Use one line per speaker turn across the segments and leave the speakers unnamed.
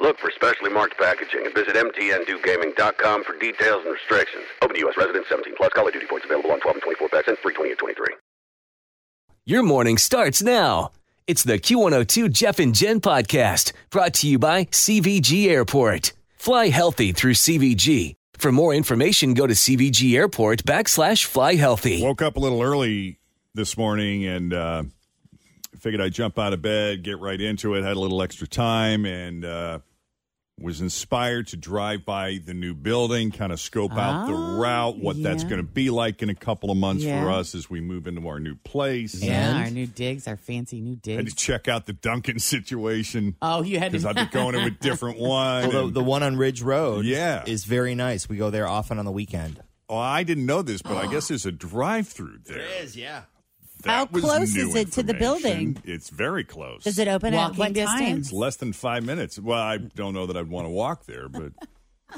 Look for specially marked packaging and visit mtndewgaming.com for details and restrictions. Open to U.S. residents 17 plus. Call of Duty points available on 12 and 24 packs and free 20 and 23.
Your morning starts now. It's the Q102 Jeff and Jen podcast brought to you by CVG Airport. Fly healthy through CVG. For more information, go to CVG Airport backslash fly healthy.
Woke up a little early this morning and uh, figured I'd jump out of bed, get right into it. Had a little extra time and uh, was inspired to drive by the new building, kind of scope out the
Ah,
route, what that's
yeah.
going to be like in a couple of months
Yeah.
for us as we move into our new place.
Yeah, our new digs, our fancy new
I had to
digs.
check out the Duncan situation
Oh, you had
because I've
to.
been going to a different one.
Although
and-
the one on Ridge Road
Yeah.
is very nice. We go there often on the weekend.
oh, I didn't know this, but I guess there's a drive-through there.
yeah.
That
How
was
close
new
is it to the
information.
building?
It's very close.
Does it open at
Walking
what time?
distance?
It's less than five minutes. Well, I don't know that I'd want to walk there, but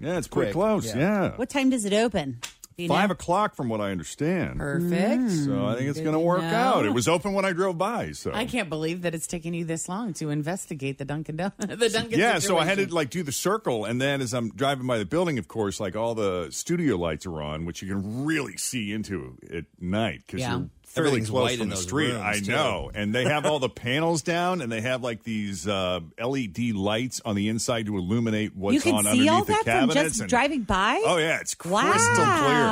yeah, it's pretty
Quick,
close.
yeah.
Yeah,
What time does it open? Do you
five
know?
o'clock from what I understand.
Perfect.
So I think it's
Good
going to
to
work
know.
out. It was open when I drove by, so
I can't believe that it's taken you this long to investigate the Dunkin' Don- the Dunkin'
yeah. So I had
situation.
to like do the circle, and then as I'm driving by the building, of course, like all the studio lights are on, which you can really see into at night because
Yeah.
you're fairly
Everything's
close
white
from
in
the
those
street.
rooms,
I
too.
know, and they have all the panels down, and they have like these uh, LED lights on the inside to illuminate what's
you can
on
see
underneath
all
the
that from
cabinets.
just
and-
driving by.
Oh yeah, it's
wow!
crystal clear.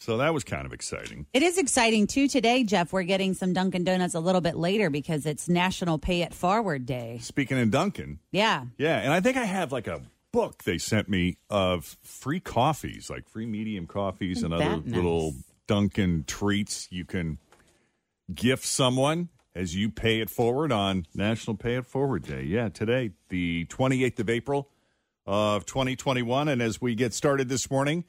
So that was kind of exciting.
It is exciting too today, Jeff. We're getting some Dunkin' Donuts a little bit later because it's National Pay It Forward Day.
Speaking of Duncan,
Yeah.
Yeah, and I think I have like a book they sent me of free coffees, like free medium coffees and
Isn't
other
that nice?
little Dunkin' treats you can gift someone as you pay it forward on National Pay It Forward Day. Yeah, today, the 28th of April of 2021. And as we get started this morning,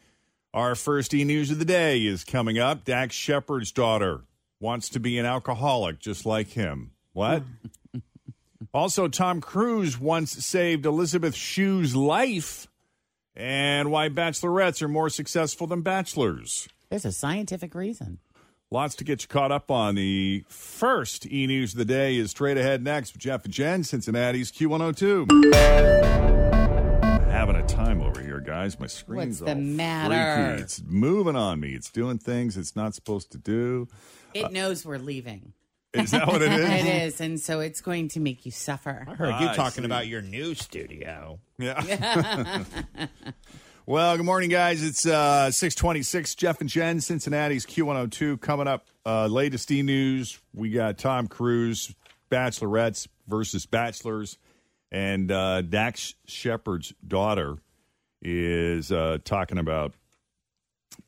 our first e news of the day is coming up. Dax Shepard's daughter wants to be an alcoholic just like him. What? Also, Tom Cruise once saved Elizabeth Shue's life, and why bachelorettes are more successful than bachelors.
There's a scientific reason.
Lots to get you caught up on. The first e news of the day is straight ahead next with Jeff and Jen, Cincinnati's Q102. Having a time over here, guys. My screen's
What's the
all
matter?
freaky. It's moving on me. It's doing things it's not supposed to do. Uh,
It knows we're leaving.
Is that what it is?
It is, and so it's going to make you suffer.
I heard you
I
talking
see.
about your new studio.
Yeah. well, good morning, guys. It's uh, 626, Jeff and Jen, Cincinnati's Q102. Coming up, uh, latest e news. We got Tom Cruise, Bachelorettes versus Bachelors, and uh, Dax Shepard's daughter is uh, talking about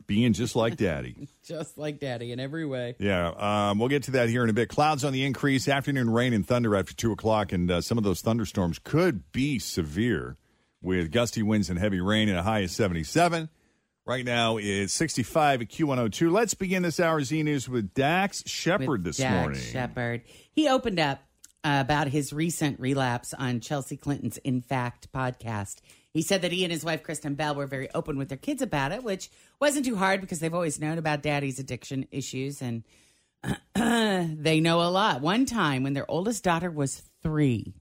being just like daddy.
Just like Daddy in every way.
Yeah, um, we'll get to that here in a bit. Clouds on the increase, afternoon rain and thunder after 2 o'clock, and uh, some of those thunderstorms could be severe with gusty winds and heavy rain and a high of 77. Right now it's 65 at Q102. Let's begin this hour's E News with Dax
with
Shepard this
Dax
morning.
Shepard. He opened up uh, about his recent relapse on Chelsea Clinton's In Fact podcast. He said that he and his wife Kristen Bell were very open with their kids about it, which wasn't too hard because they've always known about daddy's addiction issues and they know a lot. One time when their oldest daughter was 3,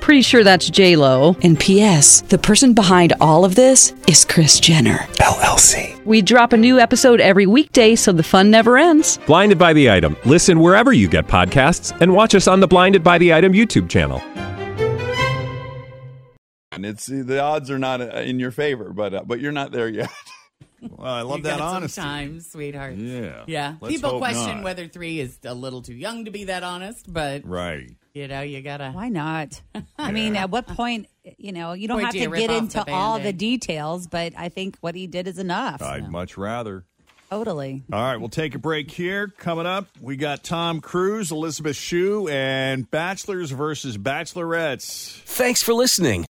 Pretty sure that's J Lo. And P.S. The person behind all of this is Chris Jenner LLC. We drop a new episode every weekday, so the fun never ends.
Blinded by the Item. Listen wherever you get podcasts, and watch us on the Blinded by the Item YouTube channel.
And it's the odds are not uh, in your favor, but uh, but you're not there yet.
Well, I
You got some time, sweetheart.
Yeah.
Yeah.
Let's
People
hope
question
not.
whether three is a little too young to be that honest, but
Right.
you know, you gotta.
Why not? I mean, at what point, you know, you don't
Point
have
do
to
you rip
get
off
into
the
all the
Band-Aid?
details, but I think what he did is enough.
I'd much rather.
Totally.
All right, we'll take a break here. Coming up, we got Tom Cruise, Elizabeth Shue, and Bachelors versus Bachelorettes.
Thanks for listening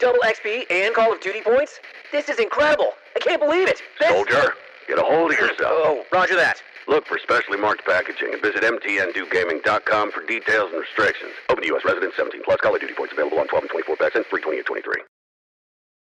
Double XP and Call of Duty points? This is incredible. I can't believe it. This-
Soldier, get a hold of yourself.
Oh, roger that.
Look for specially marked packaging and visit mtndewgaming.com for details and restrictions. Open to U.S. residents 17 plus. Call of Duty points available on 12 and 24 packs and free 20 and 23.